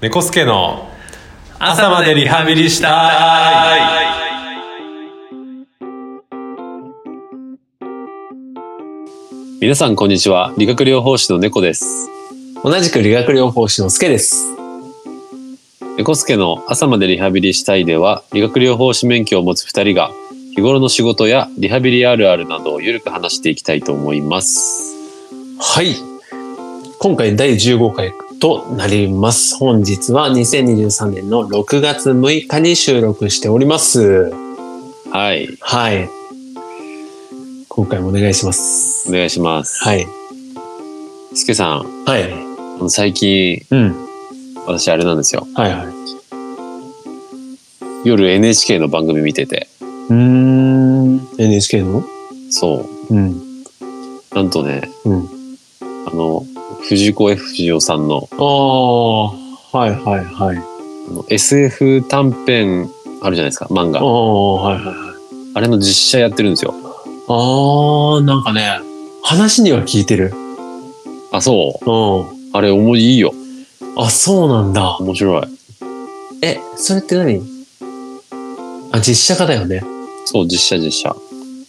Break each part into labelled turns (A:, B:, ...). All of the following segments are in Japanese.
A: 猫助の朝までリハビリしたい
B: 皆さんこんにちは理学療法士の猫です
C: 同じく理学療法士のスケです。
B: 猫助の朝までリハビリしたいでは理学療法士免許を持つ二人が日頃の仕事やリハビリあるあるなどをゆるく話していきたいと思います
C: はい。今回第15回となります。本日は2023年の6月6日に収録しております。
B: はい
C: はい。今回もお願いします。
B: お願いします
C: はい。
B: すけさん
C: はい。
B: あの最近
C: うん。
B: 私あれなんですよ
C: はいはい。
B: 夜 NHK の番組見てて
C: うーん。NHK の
B: そ
C: うん。
B: うなんとね
C: うん。
B: あの藤子 F 不二雄さんの
C: ああ、はいはいはい。
B: あの SF 短編あるじゃないですか漫
C: あ
B: 画
C: あ、はいはいはい。
B: あれの実写やってるんですよ
C: ああ、なんかね、話には聞いてる。
B: あそう
C: うん。
B: あれ思いいいよ
C: あ、そうなんだ。
B: 面白い
C: え、それって何あ、実写化だよね。
B: そう実写実写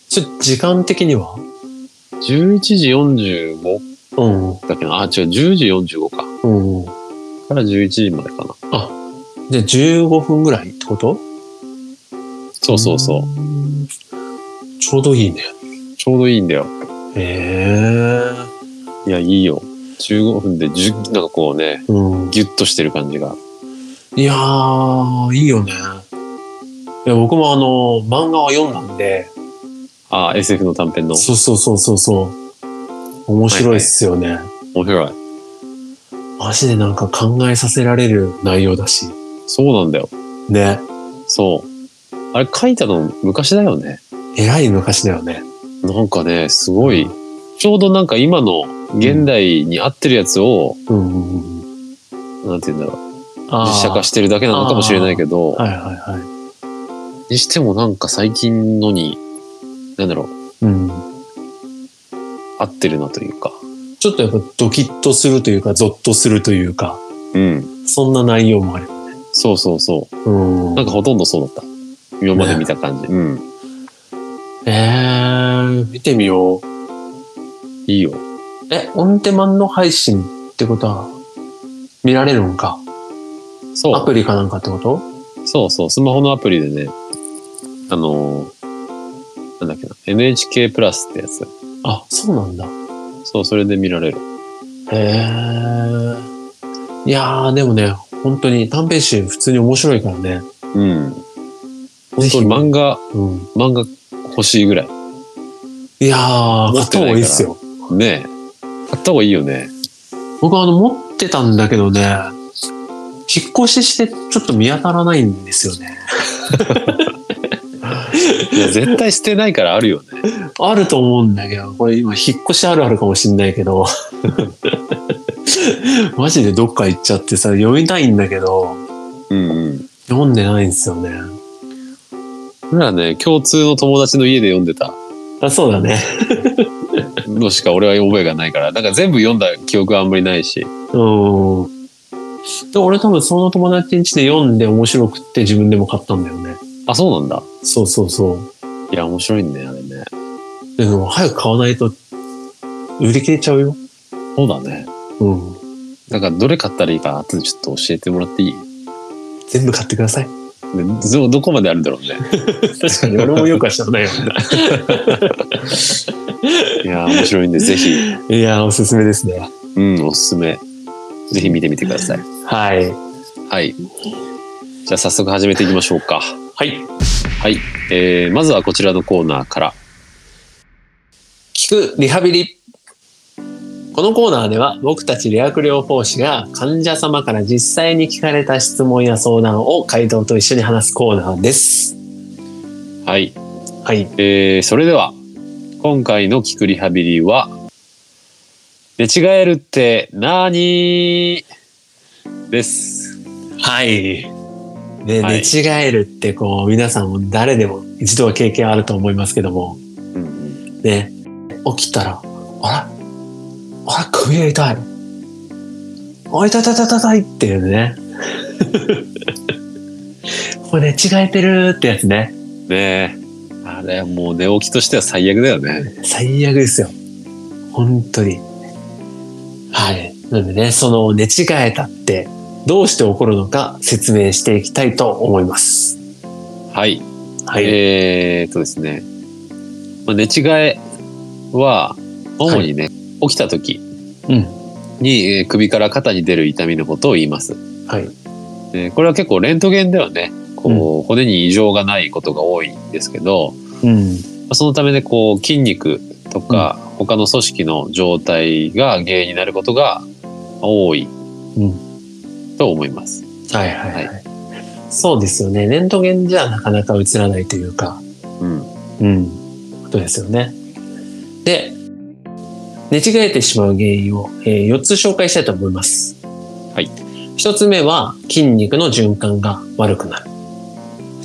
C: ちょ、時間的には
B: 11時45
C: うん。
B: だっけなあ違う10時45か
C: うん。
B: から11時までかな
C: じゃあ15分ぐらいってこと
B: そうそうそう
C: うん。ちょうどいいね。
B: ちょうどいいんだよ
C: へえ。
B: いやいいよ15分で10なんかこうね
C: うん。
B: ギュッとしてる感じが
C: いやー、いいよね。いや、僕もあの、漫画は読んだんで、
B: ああ SF の短編の
C: そうそうそうそうそう。面白いっすよね。
B: 面白い
C: マジでなんか考えさせられる内容だし。
B: そうなんだよ
C: ね。
B: そうあれ書いたの昔だよね
C: えらい昔だよね。
B: なんかねすごいちょうどなんか今の現代に合ってるやつを、
C: うんうんうんうん。
B: なんて言うんだろう
C: あー
B: 実写化してるだけなのかもしれないけど、
C: はいはいはい。
B: にしてもなんか最近のになんだろう
C: うん、
B: 合ってるなというか
C: ちょっとやっぱドキッとするというか、ゾッとするというか、
B: うん
C: そんな内容もある。
B: そうそうそう
C: うん。
B: なんかほとんどそうだった今まで見た感じ、うん
C: えー、見てみよう。
B: いいよ
C: え、オンデマンド配信ってことは、見られるんか
B: そ
C: ア
B: う
C: プリかなんかってこと
B: そうそうスマホのアプリでねあのーなんだっけな NHK プラスってやつ
C: あ、そうなんだ。
B: そうそれで見られる
C: へー。いやー、でもね、本当に短編集普通に面白いからね。
B: うん
C: ぜ
B: 本
C: ひ
B: 当に漫画
C: うん。
B: 漫画欲しいぐらい
C: いやー、
B: 持
C: 買
B: ってな
C: った方
B: いから
C: がいいっすよ。
B: ねえ買った方がいいよ ね
C: 僕あの、持ってたんだけどね、引っ越ししてちょっと見当たらないんですよね。
B: いや絶対捨てないからあるよね
C: あると思うんだけど、これ今引っ越しあるあるかもしんないけど、 マジでどっか行っちゃってさ、読みたいんだけど、
B: うんうん
C: 読んでないんですよね。
B: 俺らね共通の友達の家で読んでた
C: あそうだね。
B: のしか俺は覚えがないからだから全部読んだ記憶はあんまりないし
C: うん。で俺多分その友達ん家で読んで面白くって自分でも買ったんだよね。
B: あそうなんだ
C: そうそうそう。
B: いや面白いねあれね
C: でも早く買わないと売り切れちゃうよ。
B: そうだね
C: うん。
B: だからどれ買ったらいいか後でちょっと教えてもらっていい
C: 全部買ってください。
B: でどどこまであるんだろうね
C: 確かに俺もよくは知らないよ。
B: いや面白いんでぜひ
C: いや、おすすめですね。
B: うんおすすめぜひ見てみてください
C: はい。
B: はいじゃあ早速始めていきましょうか
C: はい。
B: はい、えー、まずはこちらのコーナーから
C: 聞くリハビリこのコーナーでは僕たち理学療法士が患者様から実際に聞かれた質問や相談を回答と一緒に話すコーナーです。
B: はい、
C: はい。
B: えー、それでは今回の「聞くリハビリ」は「寝違えるって何?」です
C: はい。ね、
B: はい
C: 寝違えるってこう皆さんも誰でも一度は経験あると思いますけども、
B: うん
C: ね、起きたら、あらあら、首が痛い。あ、痛い痛い痛い痛いっていうね。 これ、ね、違えてるってやつね。
B: ねえ。あれはもう寝起きとしては最悪だよね。
C: 最悪ですよ。本当に。はい。なんでね、その寝違えたって、どうして起こるのか説明していきたいと思います。
B: はい。
C: はい。
B: えーっとですね。まあ、寝違えは、主にね、起きた時
C: うん。
B: に、えー首から肩に出る痛みのことを言います。
C: はい。
B: えーこれは結構レントゲンではね、こう、骨に異常がないことが多いんですけど、
C: うん。
B: そのためね、こう、筋肉とか、他の組織の状態が原因になることが多い
C: うん。
B: と思います。
C: はいはいはい。そうですよね。レントゲンじゃなかなか映らないというか、
B: うん。
C: うん。ことですよね。で、寝違えてしまう原因を、え4つ紹介したいと思います。
B: はい。
C: 1つ目は筋肉の循環が悪くなる。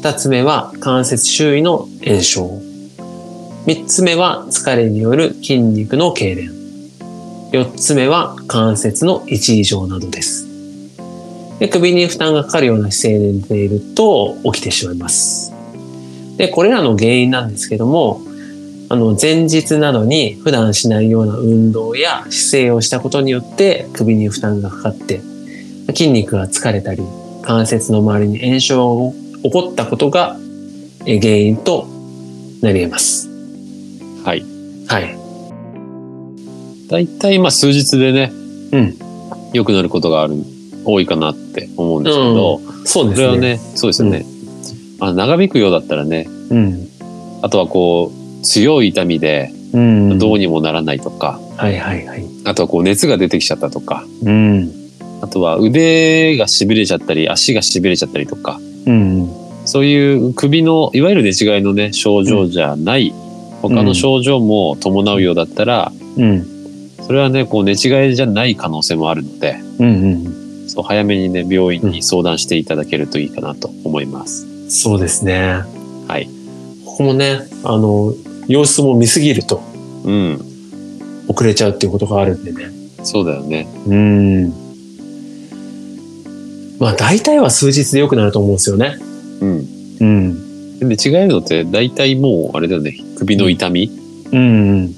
C: 2つ目は関節周囲の炎症。3つ目は疲れによる筋肉の痙攣。4つ目は関節の位置異常などです。で首に負担がかかるような姿勢で寝ていると起きてしまいます。で、これらの原因なんですけども、あの、前日などに普段しないような運動や姿勢をしたことによって首に負担がかかって、筋肉が疲れたり、関節の周りに炎症が起こったことがえ原因となり得ます。
B: はい。
C: はい。
B: だいたい、まあ、数日でね、
C: うん。
B: 良くなることがある、多いかなって思うんですけど、
C: そう
B: それ
C: です
B: は
C: ね。
B: ね、そうですよね。あ長引くようだったらね、
C: うん。
B: あとはこう、強い痛みで
C: うん。
B: どうにもならないとか、
C: はいはいはい。
B: あとはこう熱が出てきちゃったとか、
C: うん。
B: あとは腕が痺れちゃったり、足が痺れちゃったりとか、
C: うん。
B: そういう首の、いわゆる寝違いのね、症状じゃない、他の症状も伴うようだったら、
C: うん。
B: それはね、こう寝違いじゃない可能性もあるので、
C: うん。
B: そう早めにね、病院に相談していただけるといいかなと思います。
C: そうですね。
B: はい。
C: ここもね、あの、様子も見すぎると
B: うん。
C: 遅れちゃうっていうことがあるんでね。
B: そうだよね。
C: うん。まあ大体は数日で良くなると思うんですよね。
B: うん。
C: うん。
B: で、寝違いのって大体もう、あれだよね、首の痛み、
C: うん。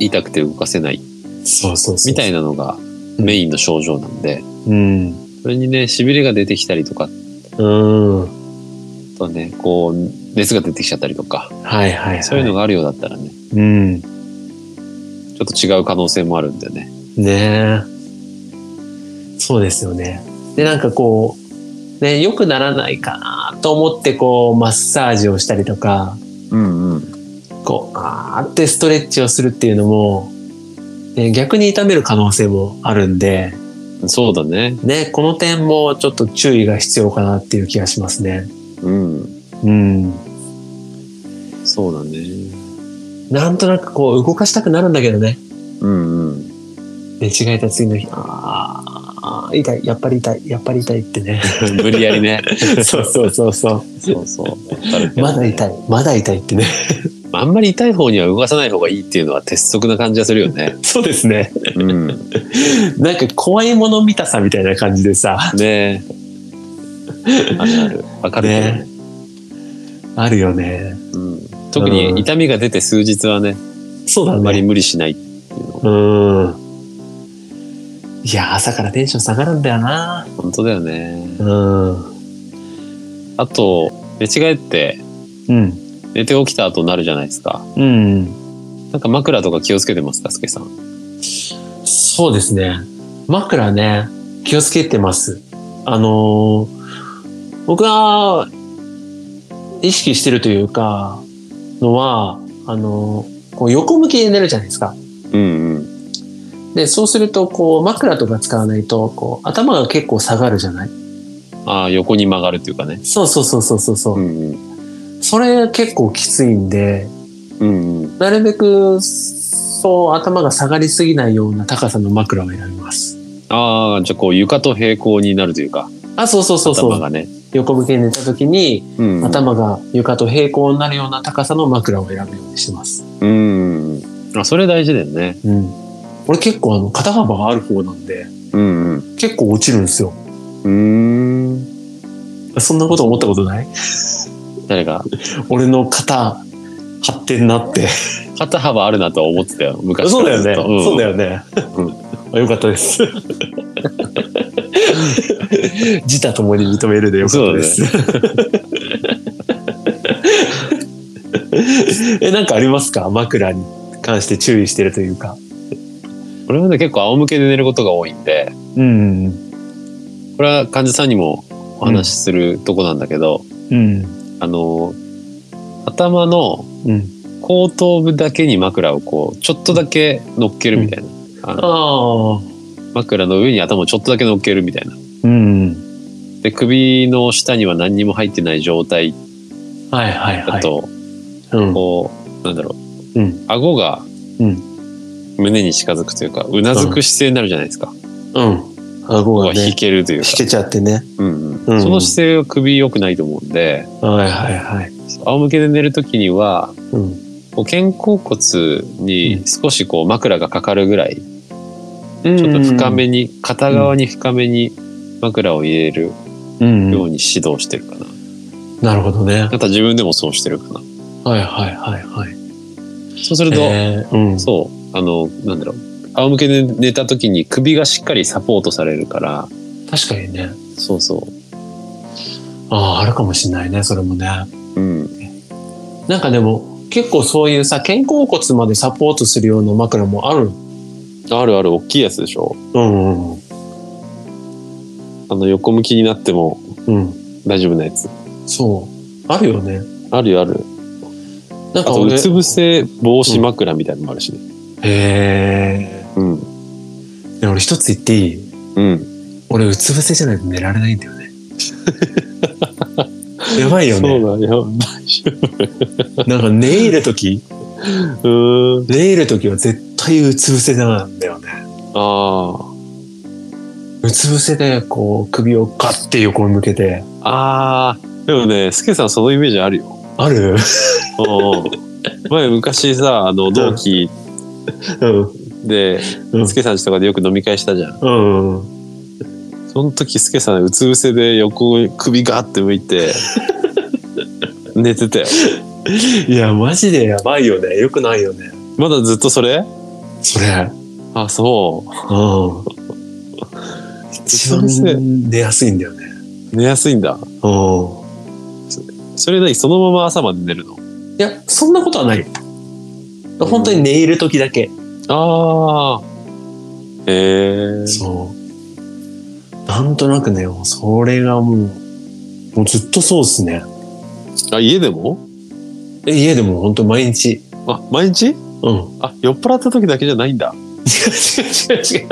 B: 痛くて動かせない、
C: そうそうそう。
B: みたいなのがメインの症状なんで、
C: うん。
B: それにね、痺れが出てきたりとか、
C: うん。
B: あとね、こう、熱が出てきちゃったりとか、
C: はいはいはい。
B: そういうのがあるようだったらね、
C: うん。
B: ちょっと違う可能性もあるんでね。
C: ねえ。そうですよね。で、なんかこう、ね、良くならないかなと思って、こう、マッサージをしたりとか、
B: うんうん。
C: こう、あーってストレッチをするっていうのも、ね逆に痛める可能性もあるんで、
B: そうだね。
C: ね、この点もちょっと注意が必要かなっていう気がしますね。
B: うん。
C: うん。
B: そうだね。
C: なんとなくこう動かしたくなるんだけどね。
B: うんうん。
C: 寝違えた次の日、ああ、痛い、やっぱり痛い、やっぱり痛いってね。
B: 無理やり ね。
C: そうそうそうそ
B: そうそう。わかる
C: う。
B: けど
C: まだ痛い、まだ痛いってね。
B: あんまり痛い方には動かさない方がいいっていうのは鉄則な感じがするよね。
C: そうですね。
B: うん。
C: なんか怖いもの見たさみたいな感じでさ、
B: ねえ。あるある。わかるけどね
C: ねあるよね。
B: うん。特に痛みが出て数日はね、
C: そうだ
B: あんまり
C: ね。
B: 無理しない。
C: うん。いや、朝からテンション下がるんだよな。
B: 本当だよね。
C: うん。
B: あと、寝違えって
C: うん。
B: 寝て起きた後になるじゃないですか。
C: うん。
B: なんか枕とか気をつけてますか、すけさん。
C: そうですね。枕ね、気をつけてます。あのー僕が意識してるというか、のは、あのーこう横向きで寝るじゃないですか。
B: うんうん。
C: で、そうすると、こう、枕とか使わないと、こう、頭が結構下がるじゃない
B: ああ、横に曲がるっていうかね。
C: そうそうそうそうそうそうう。
B: んうん。
C: それ結構きついんで、
B: うんうん。
C: なるべく、そう、頭が下がりすぎないような高さの枕を選びます。
B: ああ、じゃあこう床と平行になるというか、
C: あ、そうそうそうそ
B: 頭
C: う。
B: がね。
C: 横向きで寝た時に、
B: うんうん。
C: 頭が床と平行になるような高さの枕を選ぶようにしてます。
B: うんうん。あ、それ大事だよね。
C: うん。俺結構あの肩幅がある方なんで、
B: うん
C: 結構落ちるんですよ。
B: うん。うーん。
C: そんなこと思ったことない
B: 誰が
C: 俺の肩張ってんなって。
B: 肩幅あるなとは思ってたよ昔
C: そう
B: か
C: だ
B: らずっ
C: よね。
B: と
C: そうだよね。あよかったです。自他ともに認めるでよかったです。 え、なんかありますか枕に関して注意してるというか。
B: 俺はね結構仰向けで寝ることが多いんで
C: うん。
B: これは患者さんにもお話しするとこなんだけど、
C: うん。
B: あの頭の
C: うん。
B: 後頭部だけに枕をこうちょっとだけ乗っけるみたいな、あの
C: ああ。
B: 枕の上に頭をちょっとだけ乗っけるみたいな
C: うん。
B: で首の下には何にも入ってない状態
C: はいはいは
B: だ
C: い。
B: と、
C: うん、
B: こうなんだろう、
C: うん
B: 顎が
C: うん
B: 胸に近づくというかうなずく姿勢になるじゃないですか、
C: うん。
B: こ
C: 顎
B: こ
C: が
B: が引
C: ね、
B: けるという
C: 引
B: か、
C: けちゃってね。
B: うん
C: う
B: うんん、その姿勢は首良くないと思うんで
C: はいはいはい。
B: 仰向けで寝る時には
C: うん。
B: こう肩甲骨に少しこう枕がかかるぐらい、ちょっと深めに片側に深めに枕を入れるよ
C: うん。
B: う
C: うん。
B: に指導してるかな、
C: なるほどね。
B: あとは自分でもそうしてるかな
C: はいはいはいはい。
B: そうすると、
C: えーうん。
B: そうあのなんだろう仰向けで寝た時に首がしっかりサポートされるから
C: 確かにね。
B: そうそ
C: ああ、あるかもしんないね、それもね。
B: ううん
C: なんかでも、結構そういうさ、肩甲骨までサポートするような枕もある。
B: あるある大きいやつでしょ
C: うんうん
B: あの横向きになっても
C: うん。うん。
B: 大丈夫なやつ
C: そう。あるよね。
B: あるよある
C: な
B: あ
C: んか
B: とう
C: 俺、
B: つ伏せ防止枕みたいなのもあるしね
C: へ
B: うん
C: え。で俺一つ言っていい
B: うん
C: 俺、うつ伏せじゃないと寝られないんだ よね。やばいよね。
B: そうだよ
C: なんか寝入るとき、
B: うーん
C: 寝入るときは絶対うつ伏せなんだよね。
B: あ
C: うつ伏せで、こう、首をガッて横に向けて。
B: ああーでもねスケさんそのイメージあるよ
C: あ
B: う
C: る
B: んう ん前昔さあの同期
C: うん。
B: で
C: うん
B: スケさんちとかでよく飲み会したじゃん
C: うん。
B: その時、スケさん、うつ伏せで横に首ガーって向い て、寝てたよ。
C: いや、マジでやばいよね。よくないよね。
B: まだずっとそれ
C: それ。うん。
B: あ、そう。
C: 一番寝やすいんだよね。
B: 寝やすいんだ。
C: う
B: それなに、そのまま朝まで寝るの
C: ん。いや、そんなことはないよ。本当に寝入る時だけ。
B: あー。へえ。
C: そう。なんとなくね、もうそれがもう、もうずっとそうっすね。
B: あ、家でも
C: え家でも本当毎日。
B: あ、毎日
C: うん。
B: あ、酔っ払った時だけじゃないんだ。
C: 違う違う違う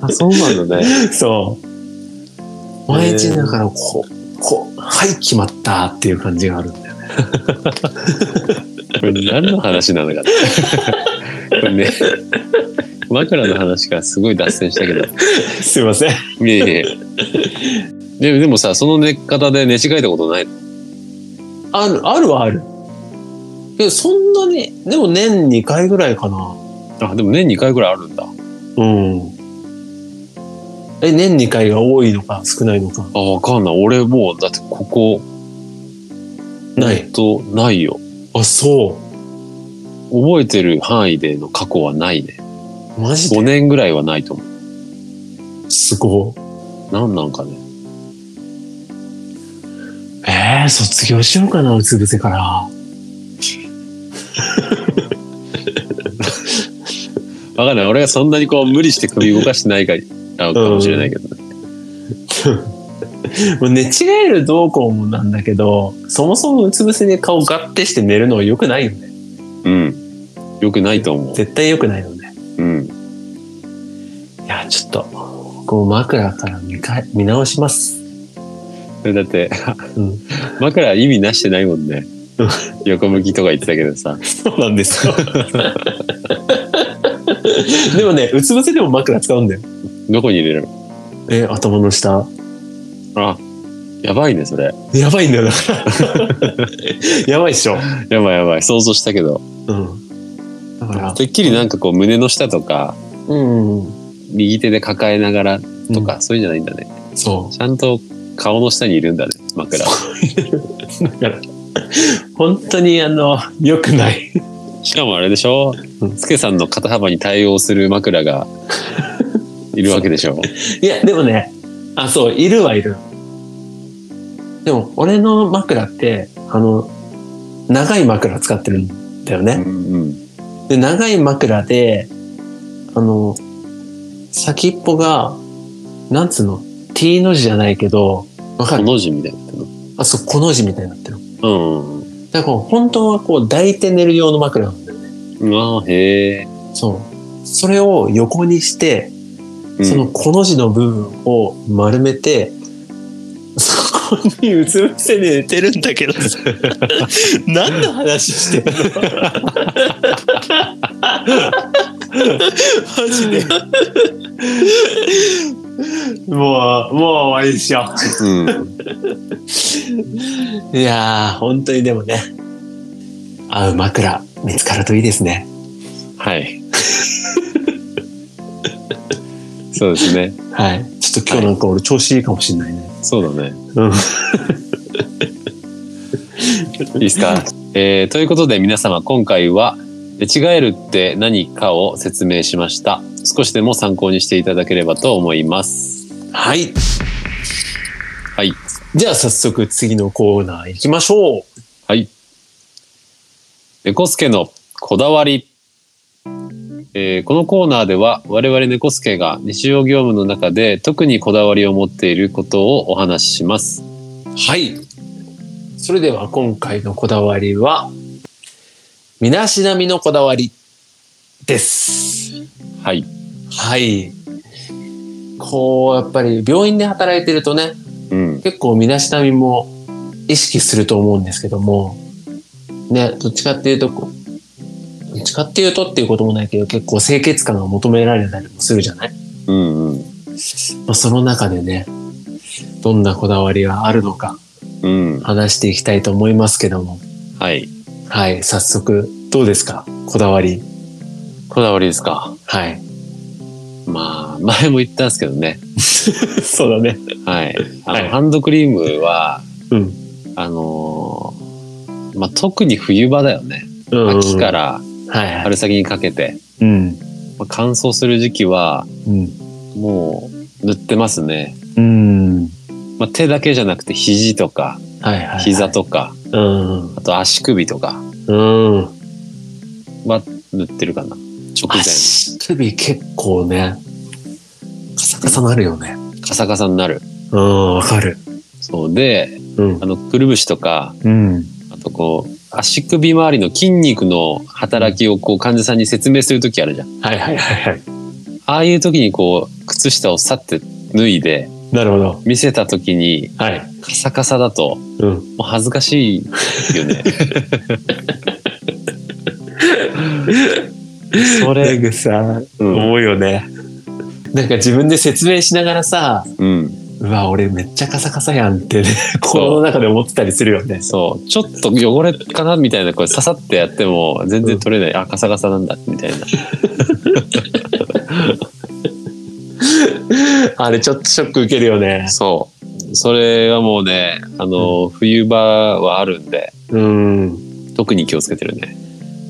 B: あ、そうなんだね。
C: 違う。そう。毎日だから、こう、こう、はい、決まったっていう感じがあるんだよね
B: これ何の話なのかなこれね、枕の話からすごい脱線したけど。
C: すいません。
B: いえいえ。ででもさ、その寝方で寝違えたことない
C: ある、あるはある。けど、そんなに、でも年2回ぐらいかな。
B: あ、でも年2回ぐらいあるんだ。あ
C: うん。え、年2回が多いのか少ないのか。
B: あ、わかんない。俺もう、だってここ、
C: ない。
B: と、ないよ。
C: あ、そう。
B: 覚えてる範囲での過去はないね。
C: マジ
B: 5
C: で
B: 年ぐらいはないと思う。
C: すご
B: なんなんかね。
C: い。えー、卒業しようかな、うつ伏せから。
B: わかんない。俺がそんなにこう、無理して首動かしてないか、あのかもしれないけどね。
C: もう寝違えるどうこうもなんだけど、そもそもうつ伏せで顔ガッてして寝るのは良くないよね。
B: うん。よくないと思う。
C: 絶対良くないよね。
B: うん。
C: いや、ちょっと、こう枕から見か見直します。
B: それだって、
C: うん。
B: 枕は意味なしてないもんね
C: うん。
B: 横向きとか言ってたけどさ。
C: そうなんですよ。でもね、うつ伏せでも枕使うんだよ。
B: どこに入れる
C: え、頭の下。
B: あ、やばいね、それ。
C: やばいんだよ、だから。 やばいっしょ。
B: やばいやばい。想像したけど。
C: うん。だから、
B: てっきりなんかこう、胸の下とか、
C: うん。
B: 右手で抱えながらとか、そういうんじゃないんだね
C: そ
B: ちゃんと顔の下にいるんだね枕。
C: だから、本当にあの、良くない。
B: しかもあれでしょスケさんの肩幅に対応する枕がいるわけで しょ
C: いや、でもね、あ、そう、いるはいる。でも、俺の枕って、あの、長い枕使ってるんだよ
B: う
C: ね。
B: ん
C: で、長い枕で、あの、先っぽが、なんつうの ?T の字じゃないけど、わか
B: うん。
C: る
B: の字みたいなの。
C: あ、そう、この字みたいになってる。
B: うんうん
C: だからこう、本当はこう、抱いて寝る用の枕なんだよね。
B: うん。ああ、へえ。
C: そう。それを横にして、
B: うん
C: そのこの字の部分を丸めて、そこにうつ伏せで寝てるんだ けどさ何の話してんのマジでもうもう終わりでしょ
B: うん。
C: いやー本当にでもね合う枕見つかるといいですね
B: はい。そうですね。
C: はいちょっと今日なんか俺調子いいかもしんないね、
B: そうだね。
C: うん
B: いいですか、えーということで皆様今回は寝違えるって何かを説明しました。少しでも参考にしていただければと思います。
C: はい
B: はい。
C: じゃあ早速次のコーナー行きましょう
B: はい。猫助のこだわり。えーこのコーナーでは我々猫助が日常業務の中で特にこだわりを持っていることをお話しします。
C: はい。それでは今回のこだわりは、みなしなみのこだわりです。
B: はい。
C: はい。こう、やっぱり病院で働いてるとね、
B: うん。
C: 結構みなしなみも意識すると思うんですけども、ね、どっちかっていうと、こうどっちかっていうとっていうこともないけど、結構清潔感が求められたりもするじゃない
B: うんうん。
C: まあ、その中でね、どんなこだわりがあるのか
B: うん。
C: 話していきたいと思いますけども。
B: はい。
C: はい、早速、どうですかこだわり。
B: こだわりですか。
C: はい。
B: まあ、前も言ったんですけどね。
C: そうだね。
B: はい。あの、
C: はい
B: ハンドクリームは、
C: うん。
B: あのーまあ、特に冬場だよね。
C: うん、
B: 秋か。ら
C: はい、はい。
B: 春先にかけて、
C: うん。
B: まあ、乾燥する時期は、
C: うん。
B: もう塗ってますね。
C: うん。
B: まあ、手だけじゃなくて肘とか、
C: はいはい、はい。
B: 膝。とか、
C: うん。
B: あと足首とか
C: うん。
B: は塗ってるかな。直前、
C: 足首結構ね、カサカサなるよね。
B: カサカサになる。
C: うん、わかる。
B: そうで、
C: うん
B: あ。の、くるぶしとか、
C: うん。
B: あとこう、足首周りの筋肉の働きをこう患者さんに説明するときあるじゃん。
C: はいはいはいはい。
B: ああいう時にこう、靴下をさって脱いで、
C: なるほど。
B: 見せた時に
C: はい。
B: カサカサだと
C: うん。
B: もう恥ずかしいよね。それ、
C: かさ、
B: うん、
C: うよね。なんか自分で説明しながらさ、
B: うん、
C: うわ、俺めっちゃカサカサやん ってね、
B: そう
C: 心の中で思ってたりするよね。
B: そう、ちょっと汚れかなみたいな、これ刺さってやっても全然取れない、あ、カサカサなんだ、みたいな。
C: あれちょっとショック受けるよね。
B: そう。それはもうね、あの、冬場はあるんで、
C: うん。
B: 特に気をつけてるね。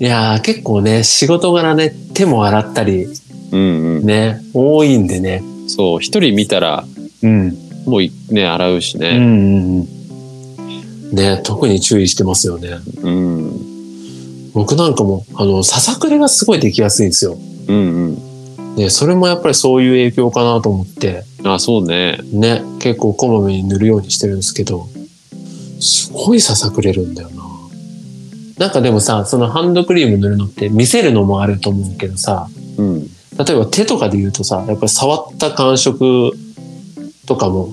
C: いやー結構ね、仕事柄ね、手も洗ったり
B: うんう
C: ね、多いんでね。
B: ん。そう、一人見たら、
C: うん。
B: もういね、洗うし
C: うんう
B: ね。
C: んうん。ね、特に注意してますよね。
B: うん、
C: 僕なんかも、あの、ささくれがすごいできやすいんですよ。
B: うん、うん。
C: ね、それもやっぱりそういう影響かなと思って、
B: あ、そうね。
C: ね、結構こまめに塗るようにしてるんですけど、すごいささくれるんだよな。なんかでもさ、そのハンドクリーム塗るのって見せるのもあると思うけどさ、
B: うん、
C: 例えば手とかで言うとさやっぱり触った感触とかも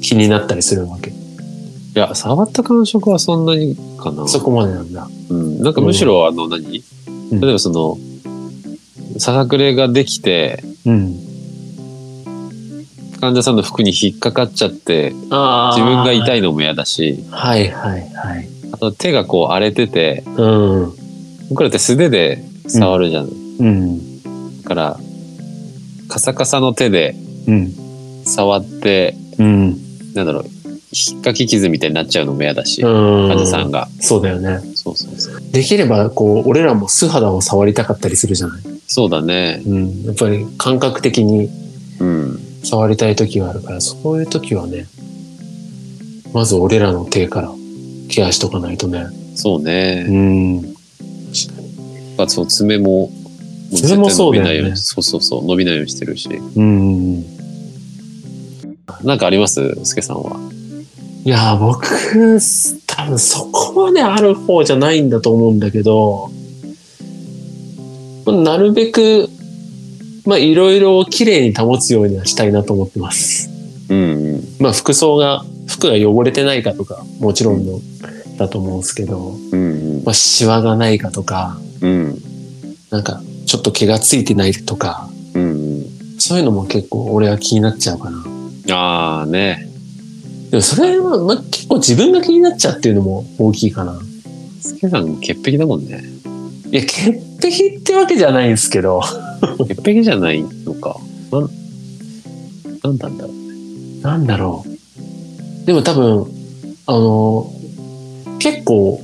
C: 気になったりするわけ
B: いや、触った感触はそんなにかな。
C: そこまでなんだ
B: うん。なんかむしろ、あの、何
C: うん
B: 例えばその、ささくれができて、
C: うん
B: 患者さんの服に引っかかっちゃって、
C: ああ
B: 自分が痛
C: い
B: いのも嫌だし、
C: はいはいはい
B: あと手がこう荒れてて、
C: うん
B: 僕らって素手で触るじゃん。
C: うん
B: だから、カサカサの手で
C: うん
B: 触って、
C: うん
B: なんだろう、引っかき傷みたいになっちゃうのも嫌だし、
C: うん。
B: 患者さんが。
C: そうだよね。
B: そうそうそう。
C: できれば、こう、俺らも素肌を触りたかったりするじゃない
B: そうだね。
C: うん。やっぱり感覚的に
B: うん。
C: 触りたい時があるから、そういう時はね、まず俺らの手からケアしとかないとね。
B: そうね。
C: うん。
B: まあ、そう爪も、もう
C: 爪もそうだよね
B: 絶対伸びないようにそうそうそう、伸びないようにしてるし。
C: うん。
B: なんかありますすけさんは。
C: いやー、僕、多分そこまである方じゃないんだと思うんだけど、なるべく、まあ、いろいろ綺麗に保つようにはしたいなと思ってます。
B: うんうん。
C: まあ、服装が、服が汚れてないかとか、もちろんの、だと思うんですけど、
B: うん
C: まあ、シワがないかとか、
B: うん。うん
C: なんか、ちょっと毛がついてないとか、
B: うんうん。
C: そういうのも結構俺は気になっちゃうかな。
B: ああね。
C: でもそれは、まあ、結構自分が気になっちゃうっていうのも大きいかな。
B: すけさん、潔癖だもんね。
C: いや、潔癖ってわけじゃないんですけど、
B: 潔癖じゃないのか。なん、なんなんだろう。
C: なんだろう。でも多分、あの、結構、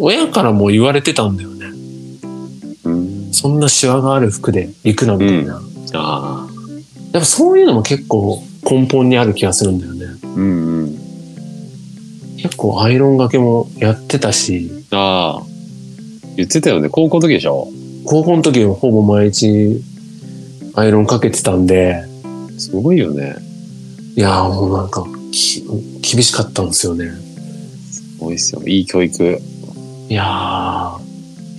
C: 親からも言われてたんだよね。
B: うん。
C: そんなシワがある服で行くな、みたいな。
B: あ
C: やっぱそういうのも結構根本にある気がするんだよね
B: あ。。うんうん。
C: 結構アイロン掛けもやってたし、
B: ああ。言ってたよね。高校の時でしょ
C: 高校の時はほぼ毎日アイロンかけてたんで、
B: すごいよね。
C: いやーもうなんか、き厳しかったんですよね。
B: 多いっすよ。いい教育。
C: いや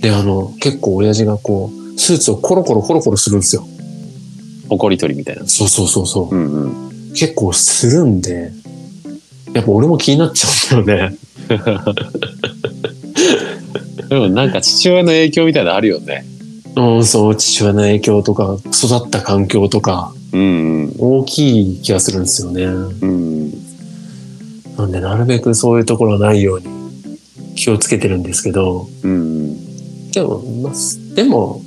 C: ー。で、あの、結構親父がこう、スーツをコロコロコロコロするんですよ。
B: 誇り取りみたいな。
C: そうそうそうそう。
B: うんうん。
C: 結構するんで、やっぱ俺も気になっちゃうんだよね。
B: でもなんか父親の影響みたいなのあるよね。
C: うん、そう、父親の影響とか、育った環境とか、
B: うんうん。
C: 大きい気がするんですよね。
B: うんうん。
C: なんで、なるべくそういうところはないように気をつけてるんですけど、
B: うんうん。
C: でも、まあでも、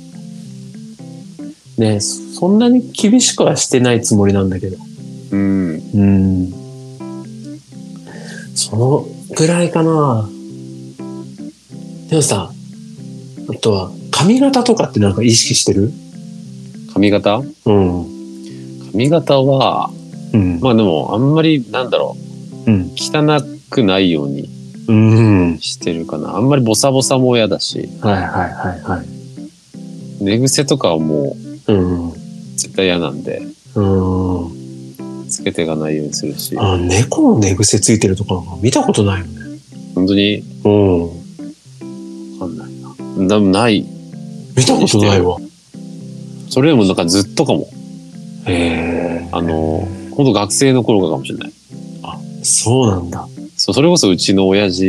C: ね、そそんなに厳しくはしてないつもりなんだけど、
B: うん。
C: うん。そのぐらいかな。でもさ、あとは、髪型とかってなんか意識してる
B: 髪型
C: うん。
B: 髪型は、
C: うん。
B: まあでも、あんまり、なんだろう、
C: うん。
B: 汚くないように
C: うん。
B: してるかな。あんまりボサボサも嫌だし、
C: はいはいはいはい。
B: 寝癖とかはもう
C: うん。
B: 絶対嫌なんで、
C: うん。
B: つけていかないようにするし、
C: あ、猫の寝癖ついてるとかなんか見たことないよね。
B: 本当に
C: うん。
B: わかんないな。でもない。
C: 見たことないわ。
B: それでもなんかずっとかも。
C: へえ。
B: あの、ほんと学生の頃かもしれない。
C: そうなんだ。
B: そうそれこそうちの親父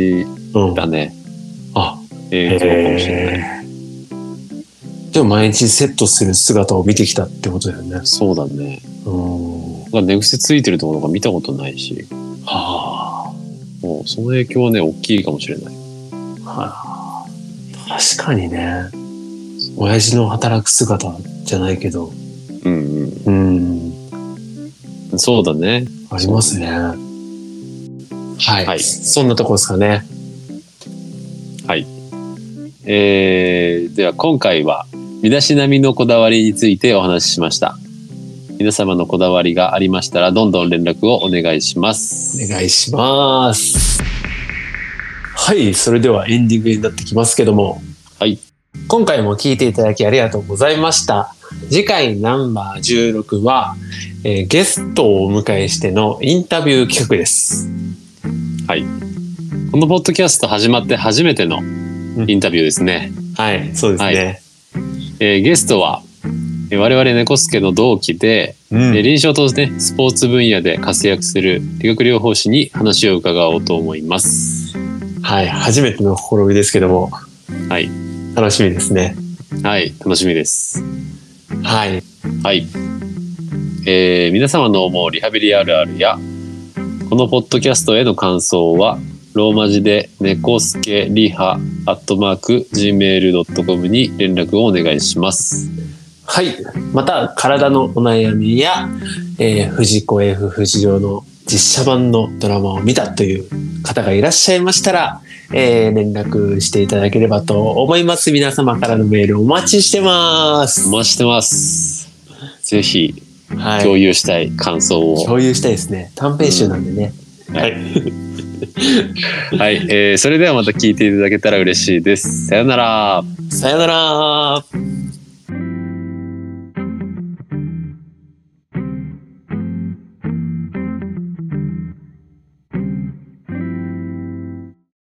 C: うん。
B: だね。
C: あ、
B: 影響かもしれない。
C: へえ。でも毎日セットする姿を見てきたってことだよね。
B: そうだね。
C: うん。
B: なんか寝癖ついてるところとか見たことないし、
C: は
B: もうその影響はね、大きいかもしれない。
C: あ、確かにね親父の働く姿じゃないけど
B: うん
C: うん
B: うん。そうだね。
C: ありますねはい、
B: はい
C: そんなとこですかね
B: えーでは今回は身だしなみのこだわりについてお話ししました皆様のこだわりがありましたらどんどん連絡をお願いします
C: お願いしますはいそれではエンディングになってきますけども
B: はい
C: 今回も聞いていただきありがとうございました次回ナンバー16は、えーゲストをお迎えしてのインタビュー企画です
B: このポッドキャスト始まって初めてのインタビューですね、
C: はいそうですね、
B: えーゲストはえー我々猫助の同期で、
C: うん
B: えー臨床と、ね、スポーツ分野で活躍する理学療法士に話を伺おうと思います
C: はい、初めての試みですけども、
B: はい
C: 楽しみですね。
B: はい楽しみです
C: はい。
B: はい、えー皆様の思うリハビリあるあるやこのポッドキャストへの感想はローマ字で「猫助リハ」アットマーク gmail.com に連絡をお願いします
C: はい。また、体のお悩みや、えー、藤子 F 不二雄の実写版のドラマを見たという方がいらっしゃいましたら、えー連絡していただければと思います。皆様からのメールお待ちしてます
B: お。待ちしてます。ぜひ、
C: は
B: 共
C: い。
B: 有したい感想を。
C: 共有したいですね。短編集なんでね。
B: はい。はい、えーそれではまた聞いていただけたら嬉しいです。さよなら。
C: さよなら